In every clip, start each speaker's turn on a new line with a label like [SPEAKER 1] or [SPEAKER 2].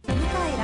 [SPEAKER 1] 蘭の調和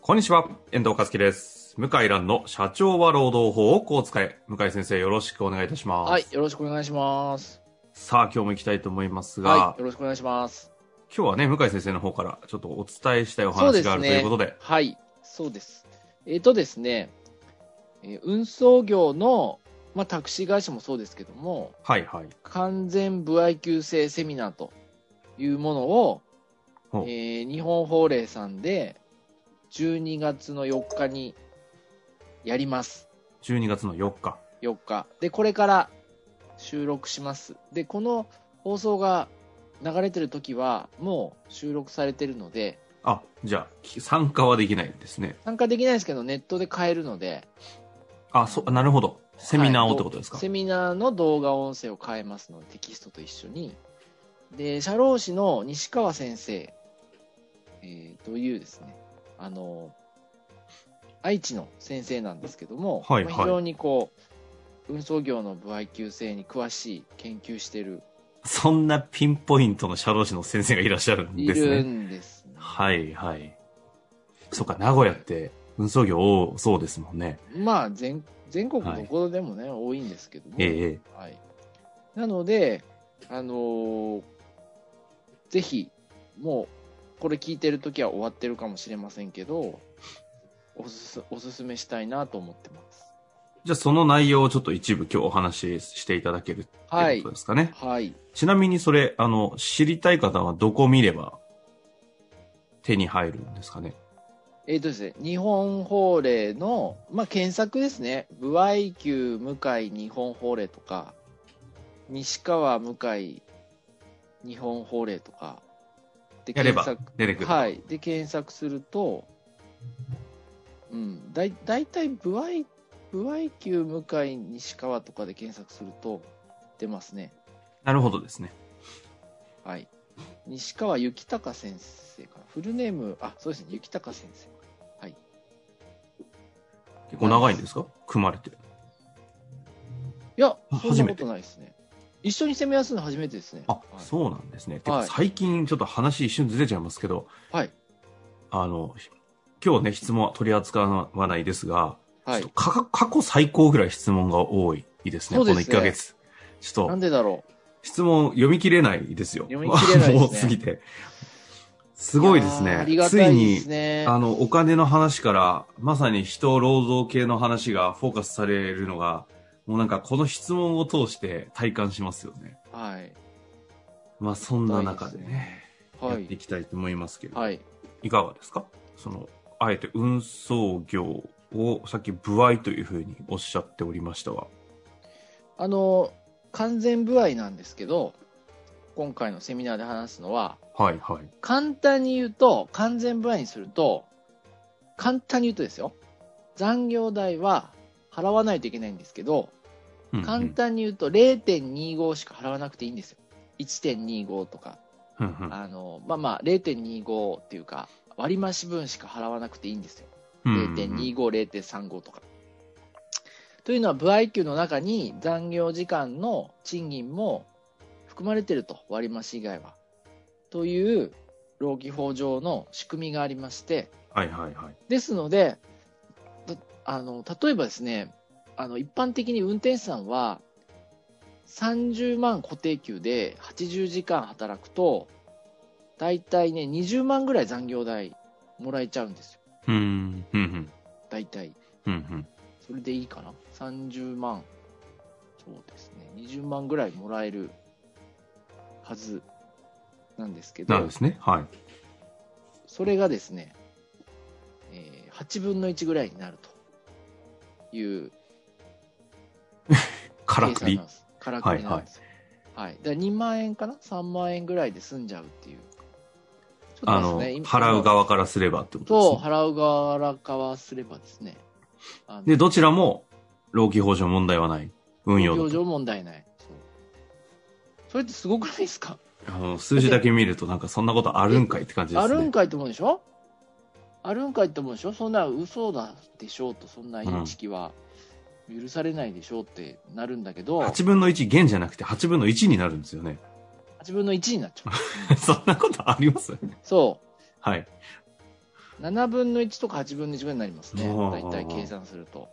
[SPEAKER 2] こんにちは、遠藤和樹です。向井蘭の社長は労働法をこう使え。向井先生、よろしくお願いいたします。
[SPEAKER 3] はい、よろしくお願いします。
[SPEAKER 2] さあ、今日も行きたいと思いますが、
[SPEAKER 3] はい、よろしくお願いします。
[SPEAKER 2] 今日はね、向井先生の方からちょっとお伝えしたいお
[SPEAKER 3] そう
[SPEAKER 2] 話
[SPEAKER 3] です
[SPEAKER 2] があると
[SPEAKER 3] ね
[SPEAKER 2] いうことで、
[SPEAKER 3] はい、そうです。えっ、とですね、えー運送業の、まあ、タクシー会社もそうですけども、
[SPEAKER 2] はいはい。
[SPEAKER 3] 完全歩合給制セミナーというものを
[SPEAKER 2] ほう、
[SPEAKER 3] えー日本法令さんで12月の4日にやります。
[SPEAKER 2] 12月の4日。
[SPEAKER 3] 4日。で、これから収録します。で、この放送が流れてる時は、もう収録されてるので、
[SPEAKER 2] あ、じゃあ、き参加はできないんですね。
[SPEAKER 3] 参加できないですけど、ネットで買えるので、
[SPEAKER 2] あ、そ、なるほど。セミナーをってことですか。
[SPEAKER 3] セミナーの動画音声を変えますので、テキストと一緒に。で、社労士の西川先生、えーというですね、あの、愛知の先生なんですけども、
[SPEAKER 2] はいはい
[SPEAKER 3] まあ非常にこう、運送業の部合級制に詳しい、研究してる、
[SPEAKER 2] そんなピンポイントの社労士の先生がいらっしゃるん
[SPEAKER 3] い
[SPEAKER 2] です
[SPEAKER 3] る
[SPEAKER 2] ね。
[SPEAKER 3] んですね、
[SPEAKER 2] はいはい。そっか、名古屋って運送業多そうですもんね。
[SPEAKER 3] まあ全、全国どこでもね、多いんですけども、
[SPEAKER 2] ええええ
[SPEAKER 3] はい、なので、あのーぜひ、もう、これ聞いてるときは終わってるかもしれませんけど、おすすおすすめしたいなと思ってます。
[SPEAKER 2] じゃあその内容をちょっと一部今日お話ししていただけるって
[SPEAKER 3] は
[SPEAKER 2] いう
[SPEAKER 3] い
[SPEAKER 2] こと。ですかね。
[SPEAKER 3] はい。
[SPEAKER 2] ちなみにそれ、あの、知りたい方はどこ見れば手に入るんですかね。
[SPEAKER 3] えっ、とですね、日本法令の、まあ、検索ですね。部合級向井日本法令とか、西川向井日本法令とか、で
[SPEAKER 2] やれば
[SPEAKER 3] 検索
[SPEAKER 2] 出てくる。
[SPEAKER 3] は。い。で、検索すると、うん、だいだいたい、不合、不合級向井西川とかで検索すると、出ますね。
[SPEAKER 2] なるほどですね。
[SPEAKER 3] はい。西川幸隆先生から、フルネーム、あ、そうですね、幸隆先生。
[SPEAKER 2] 結構長いんですか組まれて。
[SPEAKER 3] いや
[SPEAKER 2] あ、
[SPEAKER 3] そんなことないですね。一緒に攻めやすいの初めてですね。
[SPEAKER 2] あ、
[SPEAKER 3] はい
[SPEAKER 2] そうなんですね。てか
[SPEAKER 3] はい
[SPEAKER 2] 最近ちょっと話一瞬ずれちゃいますけど、
[SPEAKER 3] はい。
[SPEAKER 2] あの、今日ね、質問は取り扱わないですが、
[SPEAKER 3] はい
[SPEAKER 2] ちょっとか過去最高ぐらい質問が多いですね、
[SPEAKER 3] そうですね
[SPEAKER 2] この1ヶ月。ちょっと
[SPEAKER 3] なんでだろ
[SPEAKER 2] 質問読み切れないですよ。
[SPEAKER 3] 読み切れないですね
[SPEAKER 2] 多すぎて。す
[SPEAKER 3] う。
[SPEAKER 2] ごいですね。
[SPEAKER 3] やーありがたいです
[SPEAKER 2] ついに、
[SPEAKER 3] ね。
[SPEAKER 2] あの、お金の話から、まさに人労働系の話がフォーカスされるのが、もうなんかこの質問を通して体感しますよね。
[SPEAKER 3] はい。
[SPEAKER 2] まあそんな中でね、や
[SPEAKER 3] は
[SPEAKER 2] ってい
[SPEAKER 3] い。
[SPEAKER 2] きたいと思いますけど、
[SPEAKER 3] はい。
[SPEAKER 2] い、かがですかその、あえて運送業をさっき部合というふうにおっしゃっておりましたが、
[SPEAKER 3] あの、完全歩合なんですけど、今回のセミナーで話すのは、
[SPEAKER 2] はいはい。
[SPEAKER 3] 簡単に言うと、完全歩合にすると、簡単に言うとですよ、残業代は払わないといけないんですけど、
[SPEAKER 2] うんうん
[SPEAKER 3] 簡単に言うと0.25しか払わなくていいんですよ。1.25とか、
[SPEAKER 2] うんうん
[SPEAKER 3] あの、まあまあ0.25っていうか、割増分しか払わなくていいんですよ。
[SPEAKER 2] うんうん
[SPEAKER 3] 0.25、0.35とか。というのは、部合給の中に残業時間の賃金も含まれてると、割増以外は。という、労基法上の仕組みがありまして、
[SPEAKER 2] はいはいはい。
[SPEAKER 3] ですので、たあの例えばですね、あの一般的に運転手さんは、30万固定給で80時間働くと、大体ね、20万ぐらい残業代もらえちゃうんですよ、
[SPEAKER 2] うん、うんうん。
[SPEAKER 3] 大体。
[SPEAKER 2] うんうん。
[SPEAKER 3] それでいいかな ?30 万。そうですね。20万ぐらいもらえるはずなんですけ
[SPEAKER 2] なん
[SPEAKER 3] ど
[SPEAKER 2] で、すね。はい。
[SPEAKER 3] それがですね、えー8分の1ぐらいになるという
[SPEAKER 2] から
[SPEAKER 3] 計
[SPEAKER 2] く
[SPEAKER 3] 算
[SPEAKER 2] り
[SPEAKER 3] なん。です。からくりなんですよ。はい、だから2万円かな ?3 万円ぐらいで済んじゃうっていうちょっと
[SPEAKER 2] あ
[SPEAKER 3] です
[SPEAKER 2] の、
[SPEAKER 3] ね今
[SPEAKER 2] 払う側からすればってことです
[SPEAKER 3] と
[SPEAKER 2] ね。
[SPEAKER 3] 払う側からすればですね、あの
[SPEAKER 2] で、どちらも、労基法上問題はない。運用
[SPEAKER 3] 業
[SPEAKER 2] だと。
[SPEAKER 3] 上問題ない。そうそれってすごくないですか
[SPEAKER 2] あの、数字だけ見るとなんかそんなことあるんかいって感じです
[SPEAKER 3] あ
[SPEAKER 2] ね。
[SPEAKER 3] るんかいと思うでしょあるんかいと思うでしょそんな嘘だでしょうと、そんなインチキは許されないでしょうってなるんだけど、
[SPEAKER 2] 8分の1減じゃなくて8分の1になるんですよね。
[SPEAKER 3] 8分の1になっちゃ
[SPEAKER 2] そんなことあります
[SPEAKER 3] う。そ
[SPEAKER 2] はい。
[SPEAKER 3] う。7分の1とか8分の1ぐらいになりますね。
[SPEAKER 2] おー
[SPEAKER 3] 大体計算すると。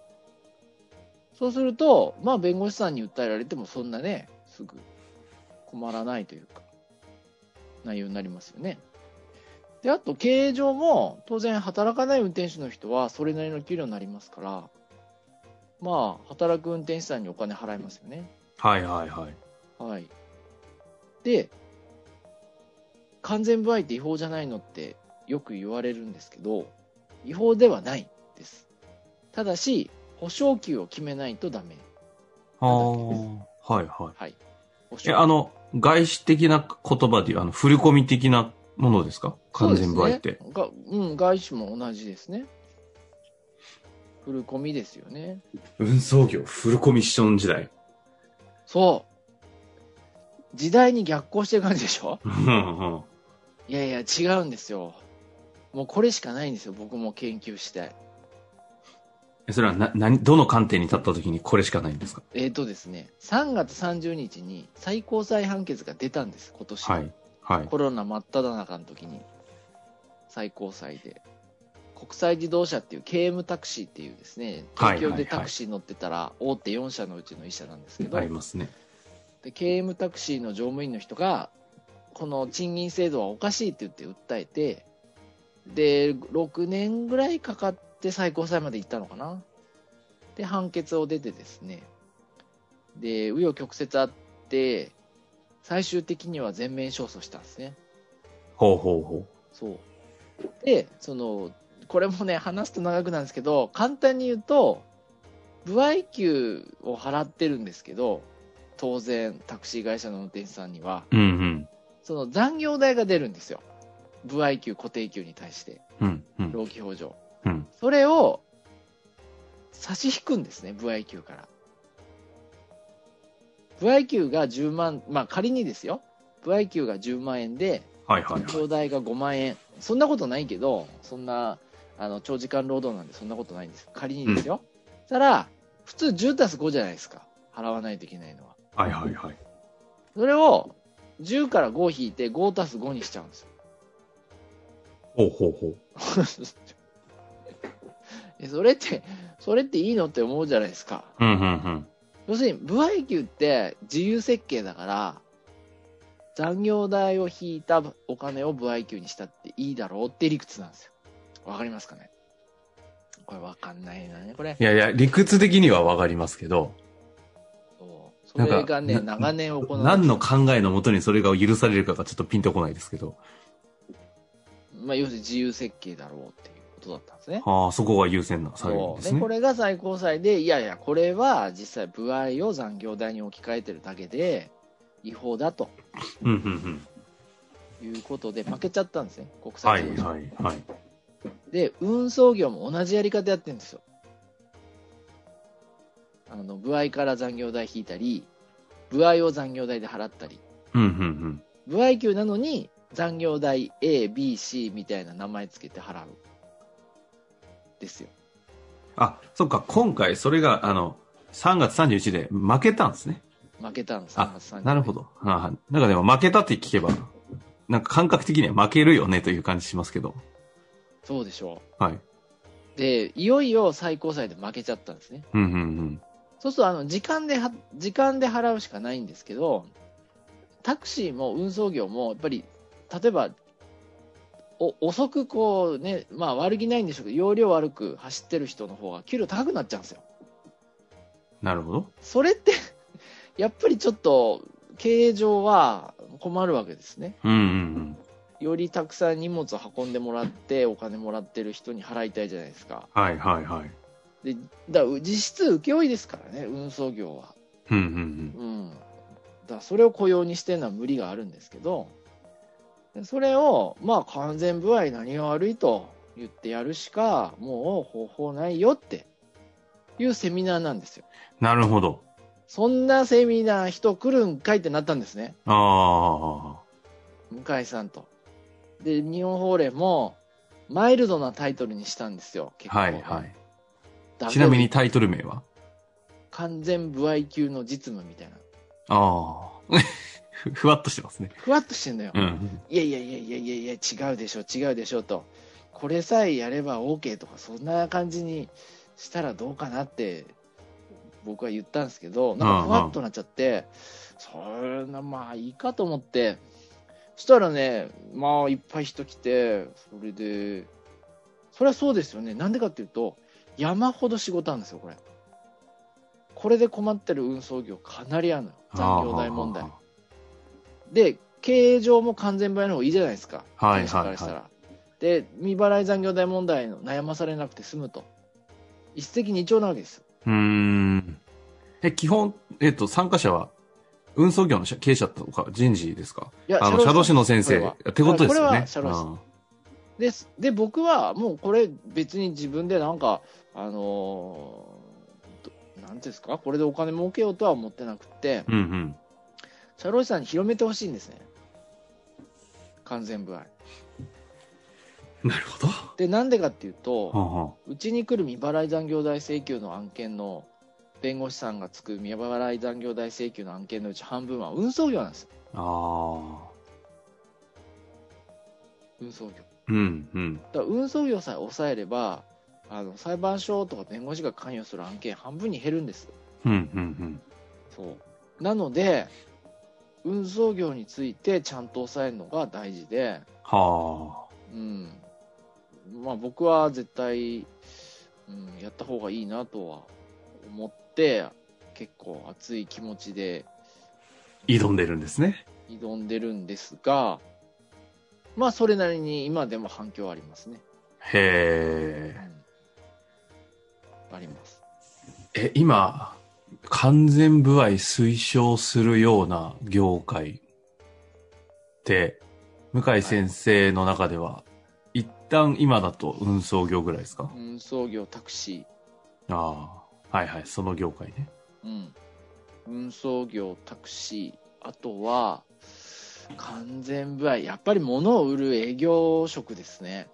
[SPEAKER 3] そうすると、まあ弁護士さんに訴えられてもそんなね、すぐ困らないというか、内容になりますよね。で、あと経営上も、当然働かない運転手の人はそれなりの給料になりますから、まあ、働く運転手さんにお金払いますよね。
[SPEAKER 2] はいはいはい。
[SPEAKER 3] はい。で、完全不愛って違法じゃないのってよく言われるんですけど、違法ではないです。ただし、保証給を決めないとダメ。
[SPEAKER 2] あーはいは
[SPEAKER 3] はい。保
[SPEAKER 2] い。え、
[SPEAKER 3] 証
[SPEAKER 2] あの、外資的な言葉で言う、あの、振り込み的なものですか完全不愛って。
[SPEAKER 3] そうですねがうん、外資も同じですね。振り込みですよね。
[SPEAKER 2] 運送業、フルコミッション時代。
[SPEAKER 3] そう。時代に逆行してる感じでしょ
[SPEAKER 2] うんうん
[SPEAKER 3] いやいや、違うんですよ。もうこれしかないんですよ。僕も研究して。
[SPEAKER 2] えそれはな、何、どの観点に立った時にこれしかないんですか
[SPEAKER 3] えーとですね、3月30日に最高裁判決が出たんです、今年、
[SPEAKER 2] はい。はい。
[SPEAKER 3] コロナ真っ只中の時に、最高裁で、国際自動車っていう KM タクシーっていうですね、
[SPEAKER 2] はい
[SPEAKER 3] 東京
[SPEAKER 2] はい
[SPEAKER 3] で
[SPEAKER 2] はい
[SPEAKER 3] タクシー乗ってたら、大手4社のうちの1社なんですけど、
[SPEAKER 2] ありますね。
[SPEAKER 3] で KM タクシーの乗務員の人が、この賃金制度はおかしいって言って訴えて、で、6年ぐらいかかって最高裁まで行ったのかな。で、判決を出てですね、で、紆余曲折あって、最終的には全面勝訴したんですね。
[SPEAKER 2] ほうほうほ
[SPEAKER 3] そう。で、その、これもね、話すと長くなんですけど、簡単に言うと、不愛給を払ってるんですけど、当然、タクシー会社の運転手さんには、
[SPEAKER 2] う。うん
[SPEAKER 3] その残業代が出るんですよ。不愛給、固定給に対して、
[SPEAKER 2] うん。うんうん。
[SPEAKER 3] 労基法上。
[SPEAKER 2] うん。
[SPEAKER 3] それを差し引くんですね、不愛給から。不愛給が10万、まあ仮にですよ、不愛給が10万円で、
[SPEAKER 2] はいはいはい。
[SPEAKER 3] 頂戴が5万円、そんなことないけど、そんなあの長時間労働なんでそんなことないんです、仮にですよ。たら、普通10たす5じゃないですか、払わないといけないのは。
[SPEAKER 2] はいはいはい。
[SPEAKER 3] それを10から5引いて5たす5にしちゃうんですよ。
[SPEAKER 2] ほうほうほう。
[SPEAKER 3] えそれって、それっていいのって思うじゃないですか。
[SPEAKER 2] うんうんうん。
[SPEAKER 3] 要するに、不配給って自由設計だから、残業代を引いたお金を不配給にしたっていいだろうって理屈なんですよ。わかりますかねこれわかんないなね、これ。
[SPEAKER 2] いやいや、理屈的にはわかりますけど、
[SPEAKER 3] そうそれがね、
[SPEAKER 2] なんかな
[SPEAKER 3] 長年行われて
[SPEAKER 2] 何の考えのもとにそれが許されるかがちょっとピンとこないですけど、
[SPEAKER 3] まあ、要するに自由設計だろうっていうことだったんですね。
[SPEAKER 2] ああ、そこが優先な作業
[SPEAKER 3] そ
[SPEAKER 2] で
[SPEAKER 3] う
[SPEAKER 2] す
[SPEAKER 3] で
[SPEAKER 2] ね
[SPEAKER 3] こ。れが最高裁で、いやいや、これは実際、部合を残業代に置き換えてるだけで、違法だと
[SPEAKER 2] うんうんうん。
[SPEAKER 3] いうことで、負けちゃったんですね、国
[SPEAKER 2] は
[SPEAKER 3] 際
[SPEAKER 2] い
[SPEAKER 3] 的に
[SPEAKER 2] はいはい。
[SPEAKER 3] で、運送業も同じやり方やってるんですよ。あの、部合から残業代引いたり、部合を残業代で払ったり、
[SPEAKER 2] うんうんうん。
[SPEAKER 3] 部合給なのに残業代 A、B、C みたいな名前つけて払う。ですよ。
[SPEAKER 2] あ、そっか、今回それが、あの、3月31日で負けたんですね。
[SPEAKER 3] 負けたんです、
[SPEAKER 2] あ
[SPEAKER 3] 3月30日
[SPEAKER 2] なるほ。ど。ああなんかでも負けたって聞けば、なんか感覚的には負けるよねという感じしますけど。
[SPEAKER 3] そうでしょ
[SPEAKER 2] はい。
[SPEAKER 3] う。で、いよいよ最高裁で負けちゃったんですね。
[SPEAKER 2] うんうんうん。
[SPEAKER 3] そうすると、あの、時間では、時間で払うしかないんですけど、タクシーも運送業も、やっぱり、例えば、お遅くこうね、まあ悪気ないんでしょうけど、容量悪く走ってる人の方が給料高くなっちゃうんですよ。
[SPEAKER 2] なるほど。
[SPEAKER 3] それって、 やっぱりちょっと、経営上は困るわけですね。
[SPEAKER 2] うんうん
[SPEAKER 3] よりたくさん荷物を運んでもらって、お金もらってる人に払いたいじゃないですか。
[SPEAKER 2] うん。はいはいはい。
[SPEAKER 3] で、だから実質請負いですからね、運送業は。
[SPEAKER 2] うんうん
[SPEAKER 3] うん。だからそれを雇用にしてるのは無理があるんですけど、でそれを、まあ、完全歩合何が悪いと言ってやるしか、もう方法ないよっていうセミナーなんですよ。
[SPEAKER 2] なるほど。
[SPEAKER 3] そんなセミナー人来るんかいってなったんですね。
[SPEAKER 2] あ
[SPEAKER 3] 向井さんと。で、日本法令も、マイルドなタイトルにしたんですよ。
[SPEAKER 2] あ。
[SPEAKER 3] 結構
[SPEAKER 2] はいはい。
[SPEAKER 3] ダメ
[SPEAKER 2] ちなみにタイトル名は
[SPEAKER 3] 完全不合級の実務みたいな。
[SPEAKER 2] ああ。 ふふわっとしてますね。
[SPEAKER 3] ふわっとしてんのよ。
[SPEAKER 2] うん。
[SPEAKER 3] いやいやいやいやいやいや、違うでしょ、違うでしょと。これさえやれば OK とか、そんな感じにしたらどうかなって、僕は言ったんですけど、なんかふわっとなっちゃって、そんな、まあいいかと思って、そしたらね、まあいっぱい人来て、それで、それはそうですよね。なんでかっていうと、山ほど仕事あるんですよ、これ。これで困ってる運送業かなりあるのよ。 残業代問題。で、経営上も完全払いの方がいいじゃないですか、
[SPEAKER 2] はい
[SPEAKER 3] 経営者からしたら。で、未払い残業代問題の悩まされなくて済むと。一石二鳥なわけですよ。
[SPEAKER 2] うーん。え、基本、えっと、参加者は、運送業の社経営者とか人事ですか
[SPEAKER 3] いや
[SPEAKER 2] あの、
[SPEAKER 3] 社
[SPEAKER 2] 社
[SPEAKER 3] 労
[SPEAKER 2] 労
[SPEAKER 3] 士
[SPEAKER 2] 士の先生。
[SPEAKER 3] これは
[SPEAKER 2] ってことですよ
[SPEAKER 3] これ
[SPEAKER 2] ね
[SPEAKER 3] は。社労士
[SPEAKER 2] うん
[SPEAKER 3] ですで、僕はもうこれ別に自分でなんか、あのーどなんていうんですか、これでお金儲けようとは思ってなくて、
[SPEAKER 2] うんうん。
[SPEAKER 3] 社労士さんに広めてほしいんですね。完全不合。
[SPEAKER 2] なるほど。
[SPEAKER 3] で、なんでかっていうと、
[SPEAKER 2] はんはん
[SPEAKER 3] うちに来る未払い残業代請求の案件の弁護士さんがつく未払い残業代請求の案件のうち半分は運送業なんですよ
[SPEAKER 2] ああ。
[SPEAKER 3] 運送業だ
[SPEAKER 2] うんうん。
[SPEAKER 3] から運送業さえ抑えればあの裁判所とか弁護士が関与する案件半分に減るんです
[SPEAKER 2] うんうん
[SPEAKER 3] そうなので運送業についてちゃんと抑えるのが大事で
[SPEAKER 2] うん。は
[SPEAKER 3] うんまあ僕は絶対、うん、やった方がいいなとは思って結構熱い気持ちで
[SPEAKER 2] あ。挑んでるんですね。
[SPEAKER 3] 挑んでるんですが、まあ、それなりに今でも反響はありますね。
[SPEAKER 2] へ
[SPEAKER 3] う
[SPEAKER 2] え。
[SPEAKER 3] んあります。
[SPEAKER 2] え、今、完全部合推奨するような業界って、向井先生の中では、一旦今だと運送業ぐらいですか、
[SPEAKER 3] 運送業、タクシ
[SPEAKER 2] ああ。はいはい、その業界ね。
[SPEAKER 3] ー、うん。運送業、タクシー、あとは、完全部合、やっぱり物を売る営業職ですね。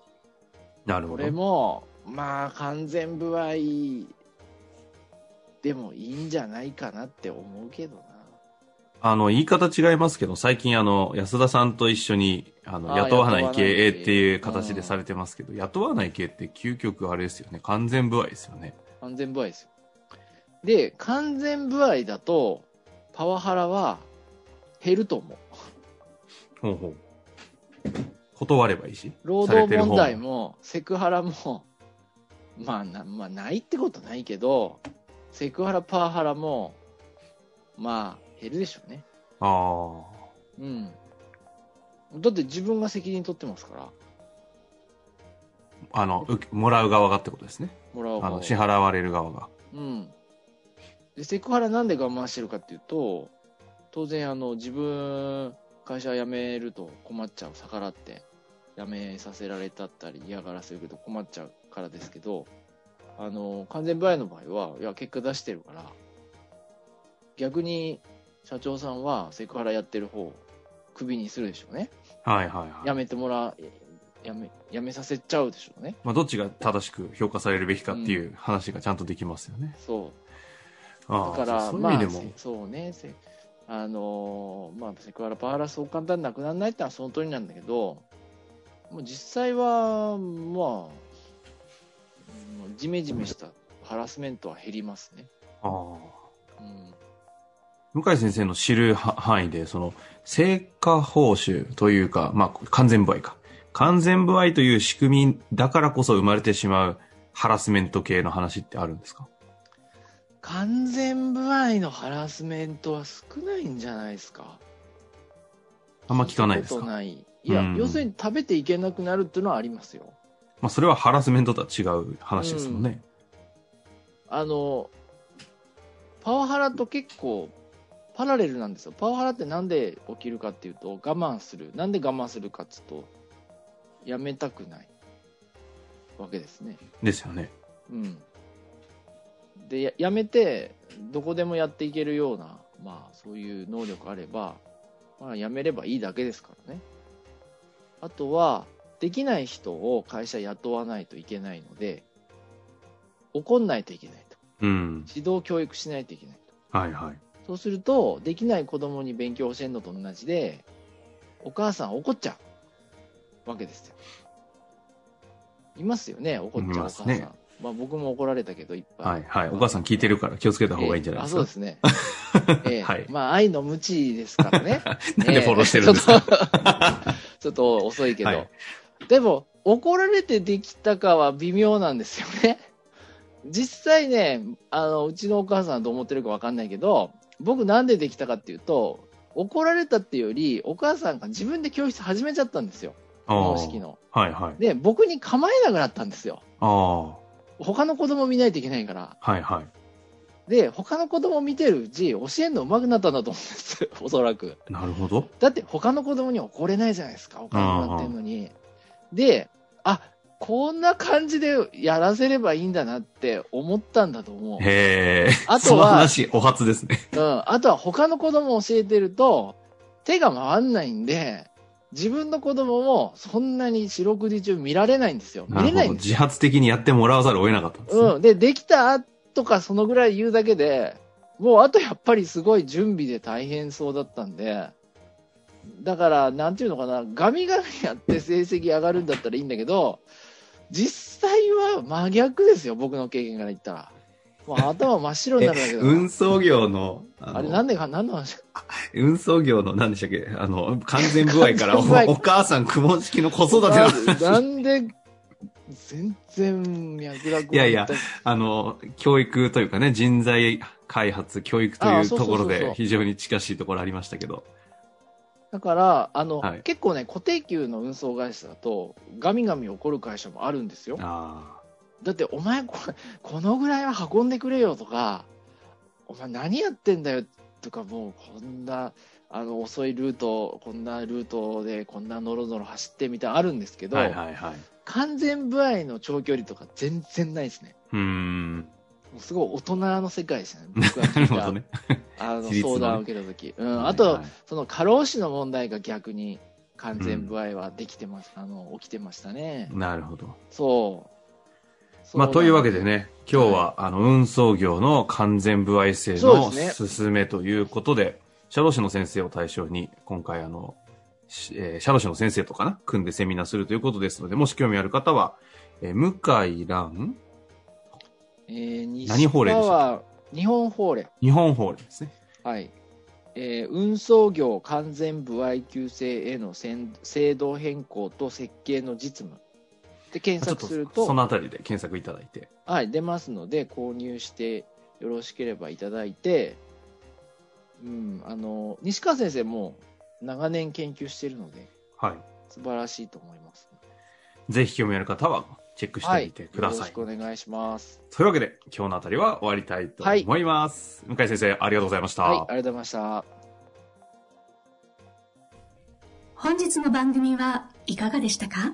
[SPEAKER 2] なるほ
[SPEAKER 3] こ
[SPEAKER 2] ど。
[SPEAKER 3] れも、まあ、完全部合でもいいんじゃないかなって思うけどな。
[SPEAKER 2] あの、言い方違いますけど、最近あの、安田さんと一緒に、あの、
[SPEAKER 3] あー
[SPEAKER 2] 雇わない
[SPEAKER 3] 雇わない
[SPEAKER 2] 経
[SPEAKER 3] 経営
[SPEAKER 2] 営っていう形でされてますけど、雇わない経営って究極あれですよね。完全不合ですよね。
[SPEAKER 3] 完全不合ですよ。で、完全不合だと、パワハラは減ると思う。
[SPEAKER 2] ほうほう。断ればいいし。
[SPEAKER 3] 労
[SPEAKER 2] されて
[SPEAKER 3] 働
[SPEAKER 2] る方
[SPEAKER 3] 問題も、セクハラも、 まあな、まあ、ないってことないけど、セクハラ、パワハラも、まあ、減るでしょうね。
[SPEAKER 2] ああ。
[SPEAKER 3] うん。だって自分が責任取ってますから、
[SPEAKER 2] あの、受けもらう側がってことですね。
[SPEAKER 3] もらおう
[SPEAKER 2] あ
[SPEAKER 3] 方
[SPEAKER 2] の、支払われる側が。
[SPEAKER 3] うん。で、セクハラなんで我慢してるかっていうと、当然、あの、自分、会社辞めると困っちゃう、逆らって、辞めさせられたったり、嫌がらせるけど困っちゃうからですけど、あの、完全不合の場合は、いや、結果出してるから、逆に、社長さんはセクハラやってる方をクビにするでしょうね。
[SPEAKER 2] はいはいはい。
[SPEAKER 3] 辞めてもら、辞め、辞めさせちゃうでしょうね。
[SPEAKER 2] まあ、どっちが正しく評価されるべきかっていう話がちゃんとできますよね。
[SPEAKER 3] そう。
[SPEAKER 2] ああ
[SPEAKER 3] だから、
[SPEAKER 2] そういう
[SPEAKER 3] ま
[SPEAKER 2] 意
[SPEAKER 3] あ
[SPEAKER 2] 味でも。、
[SPEAKER 3] そうね、せあのーまあ、セクハラ、パワハラ、そう簡単になくならないってのはその通りなんだけど、もう実際は、まあ、もうジメジメしたハラスメントは減りますね。
[SPEAKER 2] ああ。
[SPEAKER 3] うん、
[SPEAKER 2] 向井先生の知るは範囲で、その、成果報酬というか、まあ、完全不合か。完全不合という仕組みだからこそ生まれてしまうハラスメント系の話ってあるんですか
[SPEAKER 3] 完全不愛のハラスメントは少ないんじゃないですか。
[SPEAKER 2] あんま聞かないです
[SPEAKER 3] 聞たこと
[SPEAKER 2] か
[SPEAKER 3] ない。いや、
[SPEAKER 2] うん
[SPEAKER 3] 要するに食べていけなくなるっていうのはありますよ。
[SPEAKER 2] まあ、それはハラスメントとは違う話ですもんね。
[SPEAKER 3] あの、パワハラと結構パラレルなんですよ。パワハラってなんで起きるかっていうと、我慢する。なんで我慢するかっていうと、やめたくないわけですね。
[SPEAKER 2] ですよね。
[SPEAKER 3] うん。で、ややめて、どこでもやっていけるような、まあ、そういう能力あれば、まあ、やめればいいだけですからね。あとは、できない人を会社雇わないといけないので、怒んないといけないと。
[SPEAKER 2] うん。
[SPEAKER 3] 指導教育しないといけないと。
[SPEAKER 2] はいはい。
[SPEAKER 3] そうすると、できない子供に勉強を教えるのと同じで、お母さん怒っちゃうわけですよ。いますよね、怒っ
[SPEAKER 2] い
[SPEAKER 3] ちゃうお
[SPEAKER 2] ま
[SPEAKER 3] 母さ
[SPEAKER 2] す
[SPEAKER 3] ん。
[SPEAKER 2] ね
[SPEAKER 3] まあ僕も怒られたけど、いっぱい。
[SPEAKER 2] はいはい。お母さん聞いてるから気をつけた方がいいんじゃないですか。
[SPEAKER 3] ええあ、そうですね。ええ
[SPEAKER 2] はい
[SPEAKER 3] まあ愛の無知ですからね。
[SPEAKER 2] なんでフォローしてるんですか、
[SPEAKER 3] ええちょっと ちょっと遅いけど。
[SPEAKER 2] はい
[SPEAKER 3] でも、怒られてできたかは微妙なんですよね。 実際ね、あの、うちのお母さんはどう思ってるかわかんないけど、僕なんでできたかっていうと、怒られたっていうより、お母さんが自分で教室始めちゃったんですよ。公式の。
[SPEAKER 2] ああはいはい。
[SPEAKER 3] で、僕に構えなくなったんですよ。
[SPEAKER 2] ああ。は
[SPEAKER 3] 他の子供見ないといけないから。
[SPEAKER 2] いはい。
[SPEAKER 3] で、他の子供見てるうち、教えるの上手くなったんだと思うんですよ、 おそらく。
[SPEAKER 2] なるほど。
[SPEAKER 3] だって他の子供には怒れないじゃないですか、お金もらってるのに。で、あこんな感じでやらせればいいんだなって思ったんだと思う。うん、
[SPEAKER 2] へえ。
[SPEAKER 3] あと
[SPEAKER 2] そ
[SPEAKER 3] は
[SPEAKER 2] の話、お初ですね。
[SPEAKER 3] あとは他の子供を教えてると、手が回んないんで、自分の子供もそんなに四六時中見られないんですよ。見れないんです
[SPEAKER 2] 自発的にやってもらわざるを得なかったんです、ね。
[SPEAKER 3] うん、で、できたとかそのぐらい言うだけで、もうあとやっぱりすごい準備で大変そうだったんで、だから、なんていうのかな、ガミガミやって成績上がるんだったらいいんだけど、実際は真逆ですよ、僕の経験から言ったら。もう頭真っ白になるだけ だから。
[SPEAKER 2] 運送業の、あ
[SPEAKER 3] あれ、
[SPEAKER 2] の
[SPEAKER 3] なんでか、何の話か。
[SPEAKER 2] 運送業の何でしたっけあの、完全不合から
[SPEAKER 3] 完全歩合
[SPEAKER 2] おお母さん苦悶式の子育ての話
[SPEAKER 3] ななんで、全然脈絡
[SPEAKER 2] いやいやあの、教育というかね、人材開発、教育と
[SPEAKER 3] あ
[SPEAKER 2] い
[SPEAKER 3] あ
[SPEAKER 2] う
[SPEAKER 3] そうそ
[SPEAKER 2] と
[SPEAKER 3] うそ
[SPEAKER 2] こ
[SPEAKER 3] うそ
[SPEAKER 2] ろ
[SPEAKER 3] う
[SPEAKER 2] で非常に近しいところありましたけど。
[SPEAKER 3] だから、あの、
[SPEAKER 2] はい
[SPEAKER 3] 結構ね、固定給の運送会社だと、ガミガミ怒る会社もあるんですよ。
[SPEAKER 2] あ
[SPEAKER 3] だって、お前これ、このぐらいは運んでくれよとか、お前何やってんだよとか、もうこんな、あの、遅いルート、こんなルートで、こんなノロノロ走ってみたいなのあるんですけ
[SPEAKER 2] あ。
[SPEAKER 3] ど、
[SPEAKER 2] はいはいはい。
[SPEAKER 3] 完全不合の長距離とか全然ないですね。
[SPEAKER 2] うーん。
[SPEAKER 3] もうすごい大人の世界でしたね、僕が
[SPEAKER 2] なる
[SPEAKER 3] 聞い
[SPEAKER 2] ほ
[SPEAKER 3] た、
[SPEAKER 2] どね。
[SPEAKER 3] あの
[SPEAKER 2] 自立のね
[SPEAKER 3] 相談を受けた時うん、
[SPEAKER 2] はい
[SPEAKER 3] あと、
[SPEAKER 2] はい
[SPEAKER 3] その過労死の問題が逆に完全不合はできてます、あの起きてましたね。
[SPEAKER 2] なるほど。
[SPEAKER 3] そう。
[SPEAKER 2] まあ、というわけ
[SPEAKER 3] で、
[SPEAKER 2] でね、今日は、あの、運送業の完全不合制
[SPEAKER 3] そ
[SPEAKER 2] の
[SPEAKER 3] うです
[SPEAKER 2] 進めということで、社労士の先生を対象に、今回あの、しえー社労士の先生とかな、組んでセミナーするということですので、もし興味ある方は、えー向井蘭
[SPEAKER 3] えー、西
[SPEAKER 2] 何法令でした
[SPEAKER 3] 川日本法令、
[SPEAKER 2] 日本法令ですね。
[SPEAKER 3] はいえー運送業完全不合級制への制制度変更と設計の実務で検
[SPEAKER 2] ちょっ
[SPEAKER 3] 索
[SPEAKER 2] と
[SPEAKER 3] すると
[SPEAKER 2] そのあたりで検索いただいて。
[SPEAKER 3] はい、出ますので購入してよろしければいただいて、うん、あの西川先生も長年研究しているので
[SPEAKER 2] は
[SPEAKER 3] 素晴らしいと思います。
[SPEAKER 2] い。ぜひ興味ある方は、チェックしてみてくだ
[SPEAKER 3] よろ
[SPEAKER 2] さい。
[SPEAKER 3] しくお願いします。
[SPEAKER 2] というわけで、今日のあたりは終わりたいと思います。向井先生、ありがとうございました。
[SPEAKER 3] はい、ありがとうございました。
[SPEAKER 1] 本日の番組はいかがでしたか